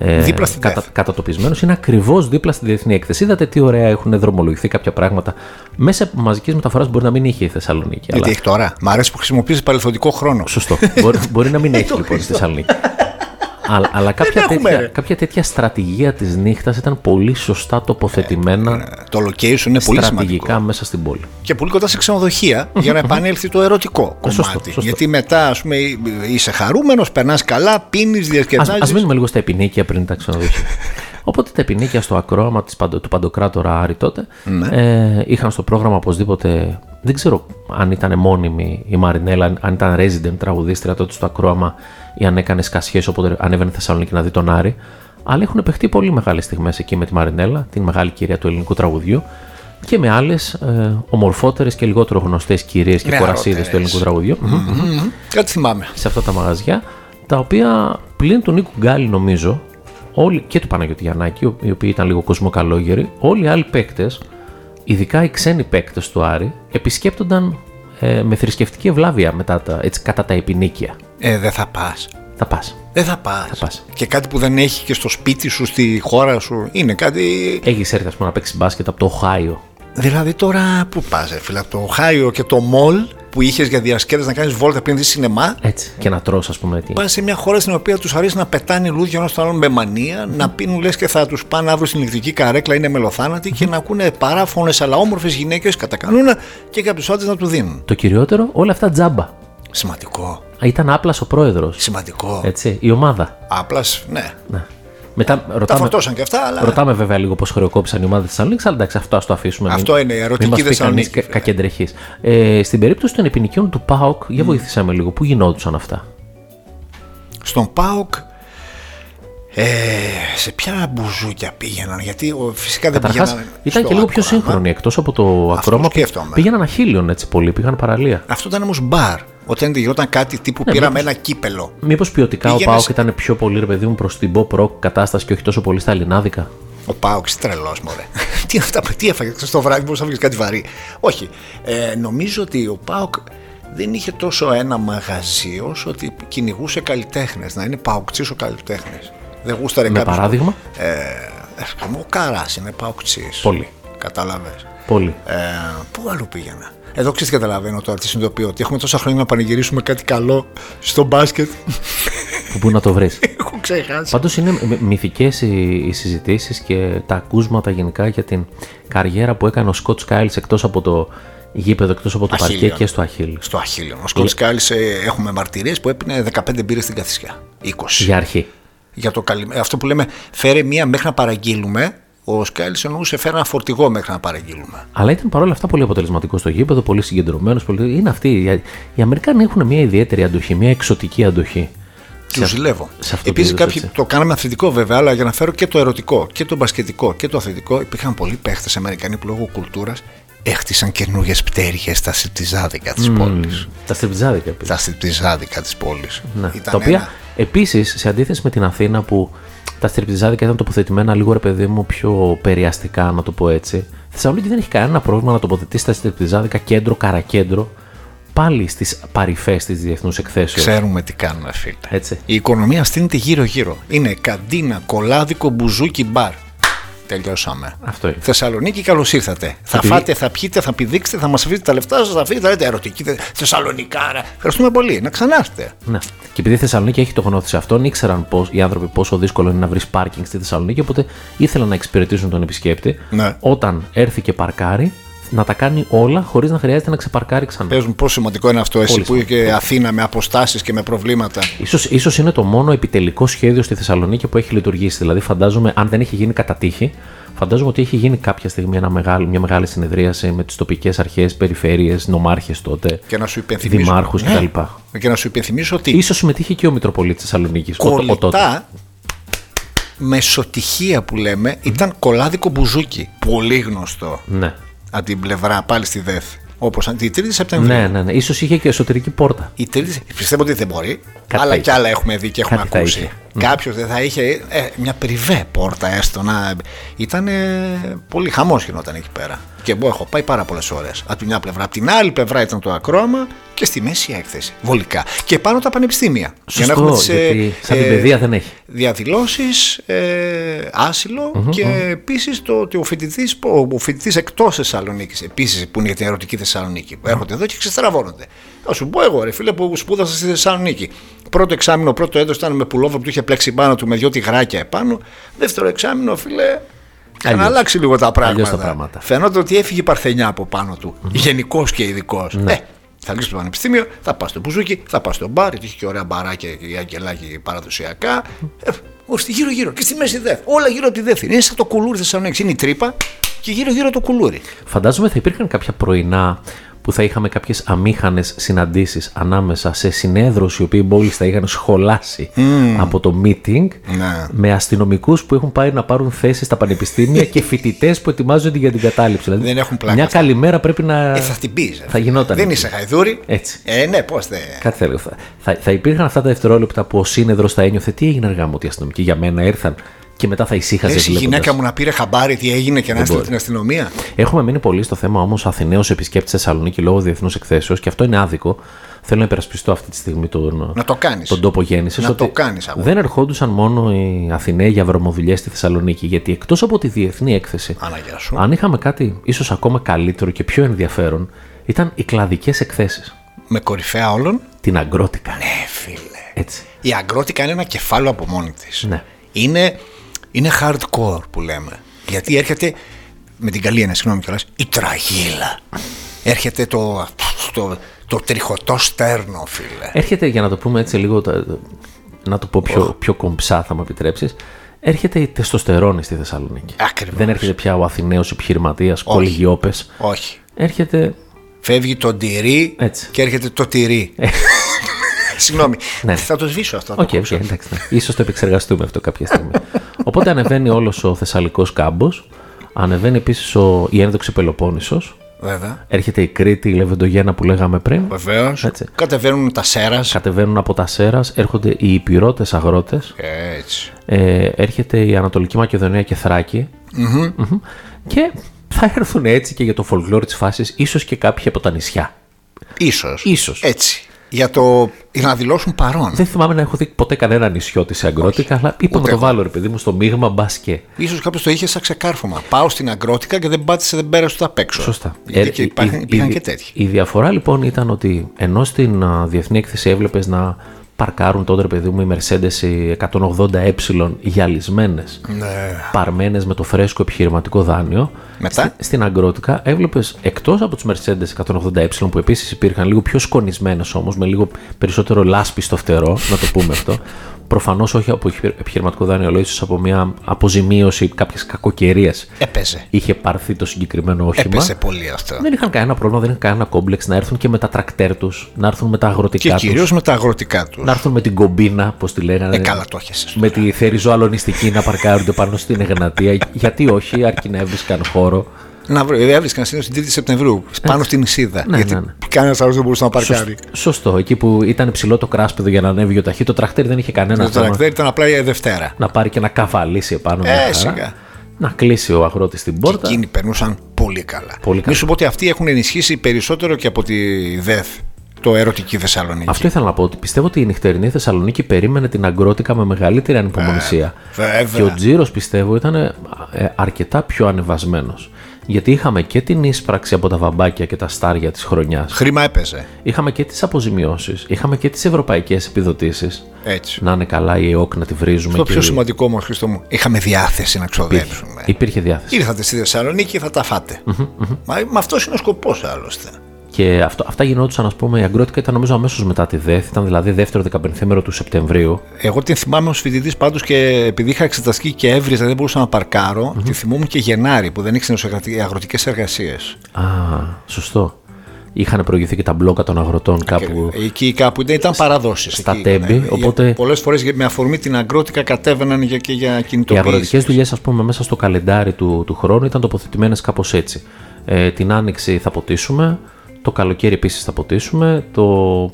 B: Ε,
C: Δίπλα στην
B: κατα,
C: ΔΕΘ.
B: κατατοπισμένος, είναι ακριβώς δίπλα στη διεθνή έκθεση. Είδατε τι ωραία έχουν δρομολογηθεί κάποια πράγματα. Μέσα από μαζικής μεταφοράς μπορεί να μην είχε η Θεσσαλονίκη.
C: Γιατί έχει τώρα. Μ' αρέσει που χρησιμοποιείς παρελθοντικό χρόνο.
B: Σωστό. μπορεί, μπορεί να μην
C: Ε,
B: έχει λοιπόν στη Θεσσαλονίκη. αλλά, αλλά κάποια,
C: έχουμε,
B: τέτοια,
C: ρε.
B: κάποια τέτοια στρατηγία της νύχτας ήταν πολύ σωστά τοποθετημένα
C: Ε, Το location είναι πολύ σημαντικό. Ε,
B: στρατηγικά μέσα στην πόλη.
C: και πολύ κοντά σε ξενοδοχεία για να επανέλθει το ερωτικό κομμάτι.
B: Ε, σωστό, σωστό.
C: Γιατί μετά, ας πούμε, είσαι χαρούμενος, περνάς καλά, πίνεις, διασκεδάζεις.
B: Ας μείνουμε λίγο στα επινίκια πριν τα ξενοδοχεία. Οπότε τα επινίκια στο ακρόαμα της, παντο- του παντοκράτορα Άρη τότε
C: Ναι.
B: ε, είχαν στο πρόγραμμα οπωσδήποτε. Δεν ξέρω αν ήταν μόνιμη η Μαρινέλα, αν- αν ήταν resident τραγουδίστρια τότε στο ακρόαμα ή αν έκανες σκασιέ όποτε ανέβαινε Θεσσαλονίκη να δει τον Άρη. Αλλά έχουν παιχτεί πολύ μεγάλες στιγμές εκεί με τη Μαρινέλα, την μεγάλη κυρία του ελληνικού τραγουδιού, και με άλλες ε, ομορφότερες και λιγότερο γνωστές κυρίες και
C: Νεαρότερες.
B: κορασίδες του ελληνικού τραγουδιού. Μμμ
C: Κάτι θυμάμαι.
B: σε αυτά τα μαγαζιά, τα οποία πλην του Νίκου Γκάλη νομίζω, όλοι, και του Παναγιώτη Γιαννάκη, ο- οι οποίοι ήταν λίγο κοσμοκαλόγεροι, όλοι οι άλλοι παίκτες, ειδικά οι ξένοι παίκτες του Άρη, επισκέπτονταν ε, με θρησκευτική ευλάβεια μετά τα, έτσι, κατά τα επινίκια.
C: Ε, δεν θα πας.
B: Θα πας.
C: Δεν θα πας.
B: πας.
C: Και κάτι που δεν έχει και στο σπίτι σου, στη χώρα σου. Είναι κάτι.
B: Έχεις έρθει, ας πούμε, να παίξεις μπάσκετ από το Οχάιο.
C: Δηλαδή τώρα που πας, φίλε, από το Ohio και το Μολ που είχες για διασκέδαση να κάνεις βόλτα πριν δεις σινεμά.
B: Έτσι. Και να τρως, ας πούμε. Τι...
C: Πάνε σε μια χώρα στην οποία τους αρέσει να πετάνε λούδια ένα τον άλλον με μανία, να πίνουν λες και θα τους πάνε αύριο στην ηλεκτρική καρέκλα, είναι μελοθάνατοι και να ακούνε παράφωνες αλλά όμορφες γυναίκες κατά κανόνα και κάποιους άντρες να του δίνουν.
B: Το κυριότερο, όλα αυτά τζάμπα.
C: Σημαντικό.
B: Ήταν άπλας ο πρόεδρος.
C: Σημαντικό.
B: Έτσι, η ομάδα.
C: Απλά, ναι.
B: Ναι. Μετά
C: Τα
B: ρωτάμε,
C: φορτώσαν και αυτά, αλλά.
B: ρωτάμε βέβαια λίγο πώς χρεοκόπησαν οι ομάδες της Θεσσαλονίκης, αλλά εντάξει, αυτό ας το αφήσουμε.
C: Αυτό είναι, η ερωτική Θεσσαλονίκη, βέβαια.
B: Κακεντρεχής. Ε, στην περίπτωση των επινοικίων του ΠΑΟΚ, για βοηθήσαμε λίγο, πού γινόντουσαν αυτά.
C: στον ΠΑΟΚ ε, σε ποια μπουζούκια πήγαιναν, γιατί ο, φυσικά δεν
B: Καταρχάς,
C: πήγαιναν.
B: ήταν
C: στο
B: και λίγο πιο
C: άκροαμα.
B: σύγχρονοι εκτός από το ακρόμα.
C: σκέφτομαι.
B: Πήγαιναν αχίλιον έτσι πολύ, πήγαν παραλία.
C: Αυτό ήταν όμως μπαρ. Όταν γινόταν κάτι τύπου
B: Ναι,
C: πήραμε ένα κύπελο.
B: Μήπως ποιοτικά
C: Πήγαινε
B: ο Πάοκ
C: σε-
B: ήταν πιο πολύ ρε παιδί μου προς την pop rock κατάσταση και όχι τόσο πολύ στα ελληνάδικα.
C: Ο Πάοξ τρελός, μωρέ. τι, είναι αυτά, που- τι έφαγες χθες το βράδυ, μπορούσε να βρει κάτι βαρύ. Όχι. Ε, νομίζω ότι ο Πάοκ δεν είχε τόσο ένα μαγαζί όσο ότι κυνηγούσε καλλιτέχνες. Να είναι Πάοκτσή ο καλλιτέχνης. Δεν γούσταρε
B: Με
C: κάποιος-
B: παράδειγμα,
C: Ε, ας πούμε, ο Καρά είναι Πάοκτσή.
B: Πολύ.
C: Κατάλαβες.
B: πολύ.
C: Ε, πού αλλού πήγαινα. Εδώ ξέρεις, καταλαβαίνω τώρα τι συνειδητοποιώ. Ότι έχουμε τόσα χρόνια να πανηγυρίσουμε κάτι καλό στο μπάσκετ.
B: Που- Πού να το βρεις.
C: Έχω ξεχάσει.
B: Πάντως είναι μυθικές οι, οι συζητήσεις και τα ακούσματα γενικά για την καριέρα που έκανε ο Σκοτ Σκάιλς εκτός από το γήπεδο, εκτός από το
C: Αχίλιο.
B: παρκέ και στο Αχίλιο.
C: Στο Αχίλιο. Ο Σκοτ Σκάλι έχουμε μαρτυρίες που έπινε 15 μπύρες στην καθισιά. 20.
B: Για αρχή.
C: Για το καλυ- Αυτό που λέμε, φέρε μία μέχρι να παραγγείλουμε. Ο Σκάλι εννοούσε φέρε ένα φορτηγό μέχρι να παραγγείλουμε.
B: Αλλά ήταν παρόλα αυτά πολύ αποτελεσματικό στο γήπεδο, πολύ συγκεντρωμένος. Πολύ... Είναι αυτοί. οι- Οι Αμερικάνοι έχουν μια ιδιαίτερη αντοχή, μια εξωτική αντοχή.
C: Τους ζηλεύω.
B: σε αυτό το
C: Επίση,
B: είδος,
C: κάποιοι
B: έτσι.
C: το κάναμε αθλητικό βέβαια, αλλά για να φέρω και το ερωτικό και το μπασκετικό και το αθλητικό, υπήρχαν πολλοί παίχτες Αμερικανοί που λόγω κουλτούρας έχτισαν καινούριε πτέρυγες στα σιρτιζάδικα της πόλης.
B: Τα στριπτζάδικα επίσης.
C: Τα στριπτιζάδικα της πόλης.
B: Ναι. Τα οποία επίσης σε αντίθεση με την Αθήνα που τα στριπτιζάδικα ήταν τοποθετημένα λίγο ρε παιδί μου πιο περιαστικά, να το πω έτσι. Η Θεσσαλονίκη δεν έχει κανένα πρόβλημα να τοποθετήσει τα στριπτιζάδικα κέντρο, καρακέντρο, πάλι στις παρυφές της διεθνούς εκθέσεως.
C: Ξέρουμε τι κάνουμε, φίλε.
B: Έτσι.
C: Η οικονομία στείνεται γύρω-γύρω. Είναι καντίνα, κολάδικο, μπουζούκι, μπαρ. Τελειώσαμε.
B: Αυτό είναι.
C: Θεσσαλονίκη, καλώς ήρθατε. Θα
B: Επειδή-
C: φάτε, θα πιείτε, θα πηδήξετε, θα μας αφήσετε τα λεφτά σας, θα αφήσετε, θα λέτε ερωτική. θε- Θεσσαλονικάρα. Ευχαριστούμε πολύ. Να ξανάρθετε.
B: Ναι. Και επειδή η Θεσσαλονίκη έχει το γνώθι σε αυτόν, ήξεραν πώς, οι άνθρωποι πόσο δύσκολο είναι να βρεις πάρκινγκ στη Θεσσαλονίκη, οπότε ήθελαν να εξυπηρετήσουν τον επισκέπτη.
C: Ναι.
B: Όταν έρθει και παρκάρει, να τα κάνει όλα χωρίς να χρειάζεται να ξεπαρκάρει ξανά.
C: Παίζουν πόσο σημαντικό είναι αυτό εσύ
B: Πολύ
C: που είσαι και Αθήνα με αποστάσεις και με προβλήματα.
B: Ίσως, ίσως είναι το μόνο επιτελικό σχέδιο στη Θεσσαλονίκη που έχει λειτουργήσει. Δηλαδή, φαντάζομαι, αν δεν έχει γίνει κατά τύχη, φαντάζομαι ότι έχει γίνει κάποια στιγμή ένα μεγάλο, μια μεγάλη συνεδρίαση με τις τοπικές αρχές, περιφέρειες, νομάρχες τότε,
C: Και να σου υπενθυμίσω.
B: δημάρχους
C: Ναι.
B: κτλ.
C: Και να σου υπενθυμίσω ότι
B: Ίσως συμμετείχε και ο Μητροπολίτης Θεσσαλονίκης.
C: κολλητά μεσοτυχία που λέμε ήταν κολάδικο μπουζούκι. Πολύ γνωστό.
B: Ναι.
C: από την πλευρά, πάλι στη ΔΕΘ. Όπως η 3η Σεπτεμβρίου.
B: Ναι, ναι, ναι. Ίσως είχε και εσωτερική πόρτα.
C: Η 3η, πιστεύω ότι δεν μπορεί.
B: Κάτι θα
C: αλλά
B: είχε.
C: κι άλλα έχουμε δει και έχουμε
B: Κάτι θα
C: ακούσει.
B: είχε.
C: Κάποιος δεν θα είχε. ε, μια πριβέ πόρτα έστω να. Ήταν. πολύ χαμός γινόταν εκεί πέρα. Και εγώ έχω πάει πάρα πολλές ώρες. Από τη μια πλευρά. Από την άλλη πλευρά ήταν το ακρόαμα και στη μέση έκθεση. Βολικά. Και πάνω τα πανεπιστήμια.
B: Σωστό,
C: ε,
B: γιατί σαν την παιδεία δεν έχει.
C: Διαδηλώσεις, ε, ασυλο και επίσης το ότι ο φοιτητής ο φοιτητής εκτός Θεσσαλονίκης, επίσης που είναι για την ερωτική Θεσσαλονίκη, που έρχονται εδώ και ξεστραβώνονται. Θα σου πω εγώ, ρε φίλε, που σπούδασα στη Θεσσαλονίκη. Πρώτο εξάμεινο, πρώτο έτος ήταν με πουλόβα που του είχε πλέξει πάνω του με δυο τυγράκια επάνω. Δεύτερο εξάμεινο, φίλε, είχαν
B: Αλλιώς.
C: αλλάξει λίγο τα πράγματα.
B: Αλλιώς τα πράγματα.
C: Φαινόταν ότι έφυγε η Παρθενιά από πάνω του. Γενικός και ειδικός.
B: Ναι.
C: Ε, θα λύσει το πανεπιστήμιο, θα πας στο μπουζούκι, θα πας στο μπαρ, γιατί είχε και ωραία μπαράκια και αγγελάκι παραδοσιακά. Ε, όχι, γύρω-γύρω και στη μέση δεύ. Όλα γύρω από τη δεύτερη. Είναι σαν το κουλούρι Θεσσαλονίκης. Είναι η τρύπα και γύρω-γύρω το κουλούρι.
B: Φαντάζομαι θα υπήρχαν κάποια πρωινά που θα είχαμε κάποιες αμήχανες συναντήσεις ανάμεσα σε συνέδρους οι οποίοι μόλις τα είχαν σχολάσει από το meeting
C: Ναι.
B: με αστυνομικούς που έχουν πάει να πάρουν θέσεις στα πανεπιστήμια και φοιτητές που ετοιμάζονται για την κατάληψη. Δηλαδή,
C: Δεν έχουν πλάκα
B: Μια
C: αυτά.
B: καλημέρα πρέπει να.
C: Ε, θα την πεις.
B: Θα γινόταν
C: Δεν
B: εκεί.
C: είσαι χαϊδούρι.
B: Έτσι.
C: Ε, ναι, πώς δεν.
B: Κάτι θέλω. Θα, θα, θα υπήρχαν αυτά τα δευτερόλεπτα που ο σύνεδρος θα ένιωθε τι έγινε αργά μου ότι οι αστυνομικοί για μένα ήρθαν και μετά θα ησύχαζε
C: Λες η
B: βλέποντας.
C: γυναίκα μου να πήρε χαμπάρι τι έγινε και να έστειλε
B: μπορεί.
C: την αστυνομία.
B: Έχουμε μείνει πολύ στο θέμα όμως Αθηναίος επισκέπτης Θεσσαλονίκη λόγω διεθνούς εκθέσεως και αυτό είναι άδικο. Θέλω να υπερασπιστώ αυτή τη στιγμή τον,
C: Να το κάνεις.
B: τον τόπο γέννησης.
C: Να το κάνεις, αγόρι.
B: Δεν ερχόντουσαν μόνο οι Αθηναίοι για βρωμοδουλειές στη Θεσσαλονίκη, γιατί εκτός από τη διεθνή έκθεση,
C: Αναγιά σου.
B: αν είχαμε κάτι ίσως ακόμα καλύτερο και πιο ενδιαφέρον, ήταν οι κλαδικές εκθέσεις.
C: με κορυφαία όλων.
B: Την αγκρότηκα.
C: Ε, φίλε.
B: Έτσι.
C: Η αγκρότηκα είναι ένα κεφάλαιο από μόνη της.
B: Ναι.
C: Είναι, είναι hardcore που λέμε. Γιατί έρχεται. Με την καλή ένα, συγγνώμη κιόλας. Η τραγίλα. Έρχεται το, το, το τριχωτό στέρνο, φίλε.
B: Έρχεται, για να το πούμε έτσι λίγο, τα- να το πω πιο, πιο κομψά, θα μου επιτρέψεις. Έρχεται η τεστοστερόνη στη Θεσσαλονίκη.
C: Ακριβώς.
B: Δεν έρχεται πια ο Αθηναίος επιχειρηματίας, κολυγιόπες.
C: Όχι.
B: Έρχεται.
C: Φεύγει το τυρί
B: Έτσι. Ε.
C: και έρχεται το τυρί. Συγγνώμη.
B: Ναι.
C: Θα το σβήσω αυτό. θα το
B: Οκ, οκ,
C: ακούσω.
B: εντάξει. Ναι. σω το επεξεργαστούμε αυτό κάποια στιγμή. Οπότε ανεβαίνει όλος ο Θεσσαλικός κάμπος. Ανεβαίνει επίσης η ένδοξη Πελοπόννησος.
C: Βέβαια.
B: Έρχεται η Κρήτη, η Λεβεντογένα που λέγαμε πριν.
C: Βεβαίως.
B: Έτσι.
C: Κατεβαίνουν τα σέρας.
B: Κατεβαίνουν από τα Σέρας, έρχονται οι Υπηρώτες αγρότες.
C: Έτσι.
B: Ε, έρχεται η Ανατολική Μακεδονία και θρακη Μμμ. Και θα έρθουν έτσι και για το φολκλόρ της φάσης, ίσως και κάποιοι από τα νησιά.
C: Ίσως.
B: Ίσως.
C: Έτσι. Για, το... για να δηλώσουν παρόν.
B: Δεν θυμάμαι να έχω δει ποτέ κανένα νησιό της Αγκρότικα, αλλά είπα
C: Ούτε
B: να το
C: εγώ.
B: βάλω ρε παιδί μου στο μείγμα μπα και.
C: Ίσως κάποιος το είχε σαν ξεκάρφωμα. Πάω στην αγκρότικα και δεν πάτησε, δεν πέρασε το απ' έξω.
B: Σωστά.
C: Γιατί
B: Ε,
C: και
B: η-
C: υπά-
B: η-
C: υπήρχαν
B: η-
C: και τέτοιοι.
B: Η διαφορά λοιπόν ήταν ότι ενώ στην α, διεθνή έκθεση έβλεπες να παρκάρουν τότε, ρε παιδί μου, οι Mercedes οι 180ε γυαλισμένες,
C: Ναι.
B: παρμένες με το φρέσκο επιχειρηματικό δάνειο.
C: Μετά?
B: στη- στην Αγκρότικα έβλεπες εκτός από τους Mercedes 180ε που επίσης υπήρχαν λίγο πιο σκονισμένες όμως, με λίγο περισσότερο λάσπη στο φτερό, να το πούμε αυτό. Προφανώς όχι από επιχει- επιχειρηματικό δάνειο, αλλά ίσως από μια αποζημίωση κάποια κακοκαιρία.
C: Ε. Έπαιζε.
B: Είχε πάρθει το συγκεκριμένο όχημα.
C: Έπαιζε πολύ αυτό.
B: Δεν είχαν κανένα πρόβλημα, δεν είχαν κανένα κόμπλεξ να έρθουν και με τα τρακτέρ τους, να έρθουν με τα
C: Και
B: αγροτικά τους,
C: κυρίως με τα αγροτικά τους.
B: να έρθουν με την κομπίνα, πώς τη λέγανε.
C: Ε, καλά το έχεις.
B: Με τη θεριζοαλωνιστική να παρκάρονται πάνω στην Εγνατία. Γιατί όχι, αρκεί να έβρισκαν χώρο.
C: Να ε, βρει, δεν έβρισκαν συνήθω την 3η Σεπτεμβρίου πάνω στην Ισίδα.
B: Ναι,
C: γιατί
B: ναι, ναι.
C: κανένας άλλος δεν μπορούσε να παρκάρει.
B: Σωστ- σωστό, εκεί που ήταν υψηλό το κράσπεδο για να ανέβει ο ταχύ, το τρακτέρ δεν είχε κανένα
C: Το
B: θέμα
C: τρακτέρ ήταν απλά η Δευτέρα.
B: να πάρει και να καβαλήσει επάνω. μια
C: Ε,
B: χαρά.
C: σιγά.
B: Να κλείσει ο αγρότης την
C: Και
B: πόρτα.
C: εκείνοι περνούσαν πολύ καλά.
B: Πολύ καλά.
C: Μη σου πω ότι αυτοί έχουν ενισχύσει περισσότερο και από τη ΔΕΘ το ερωτική Θεσσαλονίκη.
B: Αυτό ήθελα να πω ότι πιστεύω ότι η νυχτερινή Θεσσαλονίκη περίμενε την αγκρότικα με μεγαλύτερη ανυπομονησία.
C: βέβαια.
B: Και ο τζίρος πιστεύω ήταν ε, ε, αρκετά πιο ανεβασμένος. Γιατί είχαμε και την ίσπραξη από τα βαμπάκια και τα στάρια της χρονιάς.
C: Χρήμα έπαιζε.
B: Είχαμε και τις αποζημιώσεις. Είχαμε και τις ευρωπαϊκές επιδοτήσεις.
C: Έτσι.
B: Να είναι καλά η ΕΟΚ να τη βρίζουμε.
C: Το
B: και
C: πιο
B: η-
C: σημαντικό όμω, Χρήστο μου, είχαμε διάθεση να ξοδέψουμε.
B: Υπήρχε διάθεση.
C: Ήρθατε στη Θεσσαλονίκη, θα τα φάτε. Μα, μα αυτός είναι ο σκοπός άλλωστε.
B: Και αυτό, αυτά γινόντουσαν, ας πούμε, η Αγκρότικα ήταν νομίζω αμέσως μετά τη ΔΕΘ, ήταν δηλαδή δεύτερο δεκαπενθήμερο του Σεπτεμβρίου.
C: Εγώ την θυμάμαι ως φοιτητής πάντως και επειδή είχα εξεταστική και έβριζα, δεν μπορούσα να παρκάρω. Τη θυμόμουν και Γενάρη που δεν ήξερε αγροτικές εργασίες.
B: Α, σωστό. Είχαν προηγηθεί και τα μπλόκα των αγροτών κάπου.
C: Εκεί κάπου ήταν, ναι. ήταν παραδόσεις.
B: στα Τέμπη, οπότε-
C: Πολλές φορές με αφορμή την αγκρότικα κατέβαιναν για, και για
B: Οι
C: κινητοποίηση.
B: αγροτικέ δουλειές, ας πούμε, μέσα στο καλεντάρι του, του χρόνου ήταν τοποθετημένες κάπως έτσι. Ε, την άνοιξη θα ποτίσουμε, το καλοκαίρι επίσης θα ποτίσουμε, το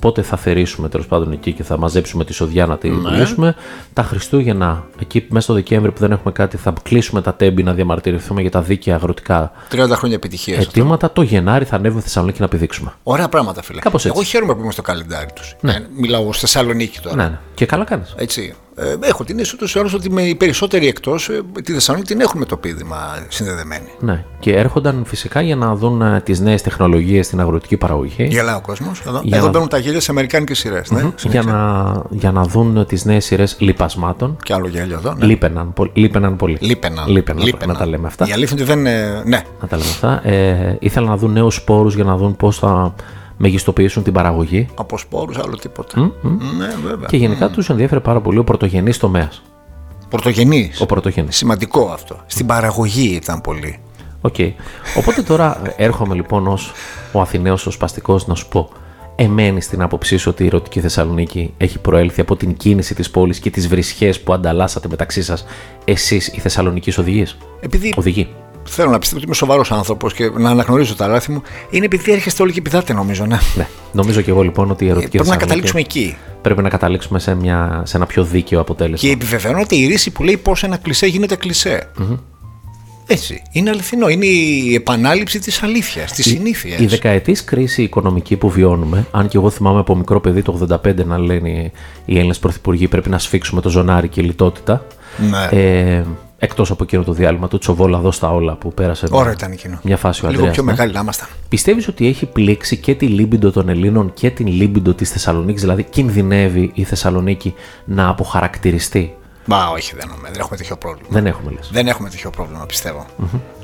B: πότε θα θερήσουμε τέλος πάντων εκεί και θα μαζέψουμε τη σοδιά να τη λύσουμε. Τα Χριστούγεννα, εκεί μέσα στο Δεκέμβρη που δεν έχουμε κάτι, θα κλείσουμε τα τέμπη να διαμαρτυρηθούμε για τα δίκαια αγροτικά
C: 30 χρόνια επιτυχίας.
B: αιτήματα. Το Γενάρη θα ανέβουμε στη Θεσσαλονίκη να πηδήξουμε.
C: Ωραία πράγματα, φίλε.
B: Κάπως έτσι.
C: Εγώ χαίρομαι που είμαι στο καλεντάρι του. μιλάω στη Θεσσαλονίκη τώρα.
B: Ναι, ναι. Και καλά κάνεις.
C: Έτσι. Ε, έχω την αίσθηση τους ότι με οι περισσότεροι εκτός τη Θεσσαλονίκη την έχουν με το πείδημα συνδεδεμένη.
B: Ναι. Και έρχονταν φυσικά για να δουν ε, τις νέες τεχνολογίες στην αγροτική παραγωγή.
C: Γελάει ο κόσμος. Εδώ,
B: Για
C: εδώ
B: να-
C: μπαίνουν τα γέλια σε αμερικάνικες σειρές. Ναι.
B: για να, για να δουν τις νέες σειρές λιπασμάτων.
C: Και άλλο γέλιο εδώ. Ναι.
B: Λείπαιναν, πο- λείπαιναν πολύ.
C: Λείπαιναν.
B: Λείπαιναν, Να τα λέμε αυτά.
C: Η αλήθεια είναι ότι δεν. ε, ναι.
B: Να τα λέμε αυτά. Ε, ήθελαν να δουν νέους σπόρους για να δουν πώς θα μεγιστοποιήσουν την παραγωγή.
C: Από σπόρους, άλλο τίποτα. Ναι, βέβαια.
B: Και γενικά τους ενδιαφέρει πάρα πολύ ο πρωτογενής τομέας.
C: Πρωτογενής.
B: Ο πρωτογενής.
C: Σημαντικό αυτό. Στην παραγωγή ήταν πολύ.
B: Οκ. Οπότε τώρα έρχομαι λοιπόν ως ο Αθηναίος ο σπαστικός να σου πω Εμένει στην άποψή σου ότι η ερωτική Θεσσαλονίκη έχει προέλθει από την κίνηση της πόλης και τις βρισχές που ανταλλάσσατε μεταξύ σας εσείς οι Θεσσαλονικοί οδηγείς.
C: Επειδή
B: Οδηγοί.
C: θέλω να πιστεύω ότι είμαι σοβαρός άνθρωπος και να αναγνωρίζω τα λάθη μου, είναι επειδή έρχεστε όλοι και πηδάτε, νομίζω. Ναι.
B: Ναι. Νομίζω και εγώ λοιπόν ότι η
C: Ε,
B: ερωτική
C: Πρέπει να
B: Θεσσαλονίκη
C: καταλήξουμε εκεί.
B: πρέπει να καταλήξουμε σε, μια, σε ένα πιο δίκαιο αποτέλεσμα.
C: Και επιβεβαιώνεται η ρίση που λέει πώς ένα κλισέ γίνεται κλισέ. Έτσι. Είναι αληθινό. Είναι η επανάληψη της αλήθειας, της συνήθειας.
B: Η δεκαετής κρίση οικονομική που βιώνουμε, αν και εγώ θυμάμαι από μικρό παιδί το 85 να λένε οι Έλληνες πρωθυπουργοί πρέπει να σφίξουμε το ζωνάρι και η λιτότητα,
C: Ναι.
B: ε, Εκτός από εκείνο το διάλειμμα του Τσοβόλα, δώσ' τα όλα που πέρασε.
C: Ωραίο ήταν εκείνο.
B: Μια φάση ο
C: Λίγο
B: Ανδρέας,
C: πιο
B: ναι.
C: μεγάλη να ήμασταν.
B: Πιστεύεις ότι έχει πλήξει και τη λίμπιντο των Ελλήνων και την λίμπιντο της Θεσσαλονίκης, δηλαδή κινδυνεύει η Θεσσαλονίκη να αποχαρακτηριστεί.
C: Μα όχι, δεν, νομίζω, δεν έχουμε τέτοιο πρόβλημα.
B: Δεν έχουμε λες.
C: Δεν έχουμε τέτοιο πρόβλημα, πιστεύω.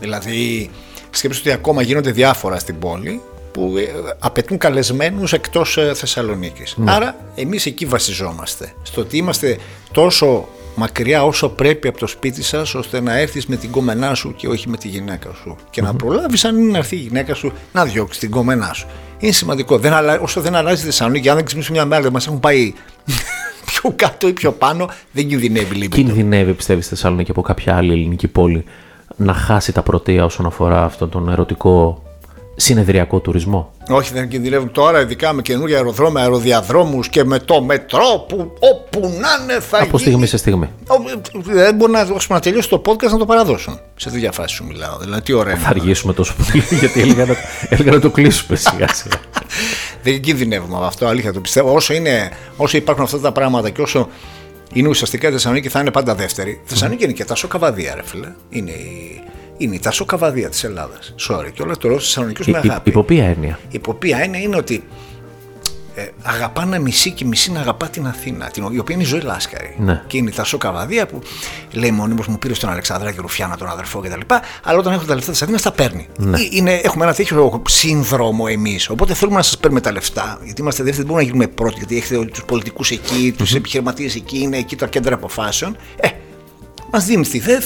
C: Δηλαδή, σκέψτε ότι ακόμα γίνονται διάφορα στην πόλη που ε, απαιτούν καλεσμένους εκτός Θεσσαλονίκη. Άρα, εμείς εκεί βασιζόμαστε. Στο ότι είμαστε τόσο μακριά όσο πρέπει από το σπίτι σας, ώστε να έρθεις με την κόμενά σου και όχι με τη γυναίκα σου. Και να προλάβεις, αν είναι να έρθει η γυναίκα σου, να διώξεις την κόμενά σου. Είναι σημαντικό. Δεν αλλα... Όσο δεν αλλάζει η Θεσσαλονίκη, αν δεν ξυπνήσουμε μια μέρα, μας έχουν πάει πιο κάτω ή πιο πάνω, δεν κινδυνεύει λίγο.
B: Κινδυνεύει, πιστεύεις, η Θεσσαλονίκη από κάποια άλλη ελληνική πόλη να χάσει τα πρωτεία όσον αφορά αυτόν τον ερωτικό συνεδριακό τουρισμό.
C: Όχι, δεν κινδυνεύουν τώρα, ειδικά με καινούργια αεροδρόμια, αεροδιαδρόμους και με το μετρό που όπου να είναι θα
B: Από στιγμή
C: γίνει.
B: σε στιγμή.
C: Ο- Δεν μπορεί να, ώσπου να τελειώσει το podcast να το παραδώσουν. Σε τέτοια φάση σου μιλάω. Δηλαδή, τι ωραία. είναι.
B: Θα αργήσουμε τόσο πολύ, γιατί έλεγα να, έλεγα να το κλείσουμε σιγά σιγά.
C: Δεν κινδυνεύουμε από αυτό, αλήθεια το πιστεύω. Όσο, είναι, όσο υπάρχουν αυτά τα πράγματα και όσο είναι ουσιαστικά η Θεσσαλονίκη θα είναι πάντα δεύτερη. Η Θεσσαλονίκη είναι και τα σοκαβαδία, ρε φίλε. Είναι η, είναι η τα σοκαβαδία της Ελλάδας. Sorry, και όλα το λέω στου Θεσσαλονίκου με
B: Υ-
C: αγάπη.
B: Υπό ποια έννοια.
C: Η οποία είναι, είναι ότι ε, αγαπά να μισή και μισή να αγαπά την Αθήνα, την, η οποία είναι η ζωή λάσκαρη.
B: Ναι.
C: Και είναι η Τασό Καβαδία που λέει μόνιμος μου πήρε τον Αλεξάνδρα και Ρουφιάνα, τον αδερφό κτλ. Αλλά όταν έχω τα λεφτά της Αθήνας τα παίρνει. Ε, Είναι, έχουμε ένα τέτοιο σύνδρομο εμείς. Οπότε θέλουμε να σας παίρνουμε τα λεφτά. Γιατί είμαστε δεύτεροι, δεν μπορούμε να γίνουμε πρώτοι. Γιατί έχετε τους πολιτικούς εκεί, τους επιχειρηματίες εκεί, είναι εκεί τα κέντρα αποφάσεων. Ε, μας δίνεις τη ΔΕΘ,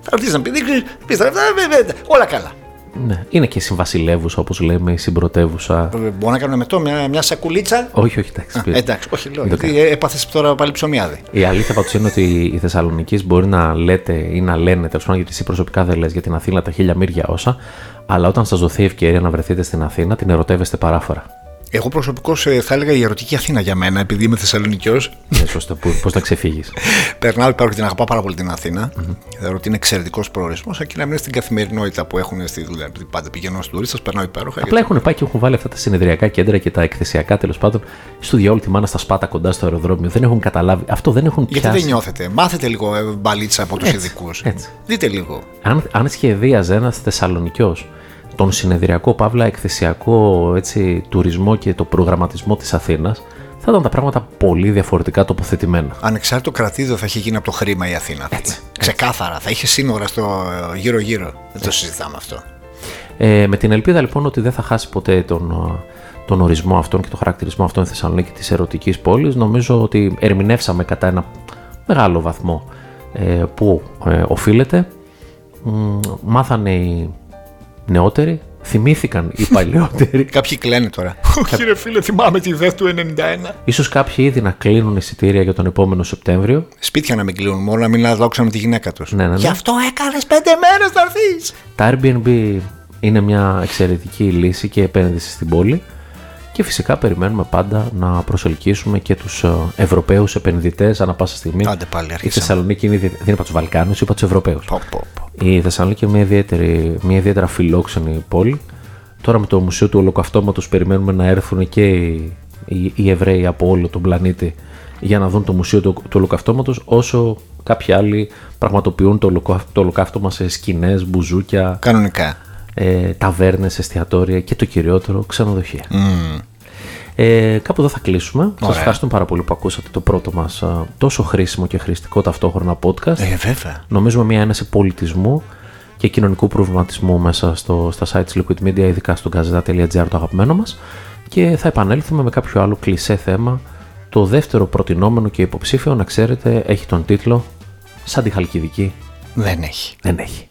C: θα ρωτήσει να πεις, δεν ξέρεις, πεις τα λεφτά, ε, ε, ε, όλα καλά.
B: Ναι. Είναι και συμβασιλεύουσα, όπως λέμε, η συμπρωτεύουσα.
C: Ε, Μπορώ να κάνω με το μια, μια σακουλίτσα
B: Όχι, όχι, εντάξει.
C: Ε,
B: πήρε.
C: Εντάξει, όχι λέω.
B: Δεν το
C: Γιατί έπαθες τώρα πάλι ψωμιάδι.
B: Η αλήθεια πάντως είναι ότι η Θεσσαλονίκη μπορεί να λέτε ή να λένε, τέλος πάντων, γιατί εσύ προσωπικά δεν λες για την Αθήνα τα χίλια μύρια όσα, αλλά όταν σας δοθεί η ευκαιρία να βρεθείτε στην Αθήνα, την ερωτεύεστε παράφορα.
C: Εγώ προσωπικώς θα έλεγα η ερωτική Αθήνα για μένα, επειδή είμαι Θεσσαλονικιός.
B: Ναι, σωστά, πώ να ξεφύγεις.
C: Περνάω και την αγαπάω πάρα πολύ την αθηνα Θεωρώ ότι είναι εξαιρετικός προορισμός, αρκεί να μείνει στην καθημερινότητα που έχουν στη δουλειά. επειδή Πάντα πηγαίνω ως τουρίστας, περνάω υπέροχα.
B: Απλά έχουν πάει και έχουν βάλει αυτά τα συνεδριακά κέντρα και τα εκθεσιακά τέλος πάντων στο διαόλου τη μάνα στα σπάτα κοντά στο αεροδρόμιο. Δεν έχουν καταλάβει. Αυτό δεν έχουν
C: Γιατί
B: πιάσει.
C: δεν νιώθετε. Μάθετε λίγο ε, μπαλίτσα από τους ειδικούς.
B: έτσι.
C: Δείτε λίγο.
B: αν, αν σχεδίαζε ένας Θεσσαλονικιός τον συνεδριακό παύλα εκθεσιακό έτσι, τουρισμό και το προγραμματισμό της Αθήνας, θα ήταν τα πράγματα πολύ διαφορετικά τοποθετημένα.
C: Ανεξάρτητο κρατήδιο θα είχε γίνει από το χρήμα η Αθήνα. Ξεκάθαρα. Θα είχε σύνορα στο ε, γύρω-γύρω. Δεν το συζητάμε αυτό.
B: Ε, με την ελπίδα λοιπόν ότι δεν θα χάσει ποτέ τον, ε, τον ορισμό αυτόν και τον χαρακτηρισμό αυτόν η Θεσσαλονίκη της ερωτικής πόλης, νομίζω ότι ερμηνεύσαμε κατά ένα μεγάλο βαθμό ε, που ε, οφείλεται. Μ, Μάθανε οι νεότεροι, θυμήθηκαν οι παλαιότεροι
C: Κάποιοι κλαίνε τώρα. Όχι, ρε φίλε, θυμάμαι τη ΔΕΘ του 91.
B: Ίσως κάποιοι ήδη να κλείνουν εισιτήρια για τον επόμενο Σεπτέμβριο.
C: Σπίτια να μην κλείνουν, μόνο να μην αδόξαν τη γυναίκα τους.
B: Ναι, ναι, ναι.
C: Γι' αυτό έκανες πέντε μέρες να έρθεις.
B: Τα Airbnb είναι μια εξαιρετική λύση και επένδυση στην πόλη και φυσικά περιμένουμε πάντα να προσελκύσουμε και τους ε, Ευρωπαίους επενδυτές ανά πάσα στιγμή.
C: Άντε πάλι,
B: Η
C: αρχίσαμε.
B: Θεσσαλονίκη είναι, ιδιαι- δεν είπα τους Βαλκάνους, είπα τους Ευρωπαίους.
C: Πω, πω, πω.
B: Η Θεσσαλονίκη είναι μια, ιδιαίτερη, μια ιδιαίτερα φιλόξενη πόλη. Τώρα με το Μουσείο του Ολοκαυτώματος περιμένουμε να έρθουν και οι, οι, οι Εβραίοι από όλο τον πλανήτη για να δουν το Μουσείο του, του Ολοκαυτώματος όσο κάποιοι άλλοι πραγματοποιούν το, ολοκαύ, το ολοκαύτωμα σε σκηνές, μπουζούκια,
C: Κανονικά.
B: ε, ταβέρνες, εστιατόρια και το κυριότερο ξενοδοχεία. Ε, κάπου εδώ θα κλείσουμε. Σας
C: Mm. Ωραία.
B: ευχαριστούμε πάρα πολύ που ακούσατε το πρώτο μας α, τόσο χρήσιμο και χρηστικό ταυτόχρονα podcast
C: Ε, βέβαια.
B: νομίζουμε μια ένεση πολιτισμού και κοινωνικού προβληματισμού μέσα στο, στα site της Liquid Media, ειδικά στο gazeta.gr το αγαπημένο μας και θα επανέλθουμε με κάποιο άλλο κλισέ θέμα. Το δεύτερο προτινόμενο και υποψήφιο, να ξέρετε, έχει τον τίτλο «Σαν τη Χαλκιδική
C: Δεν έχει.
B: δεν έχει».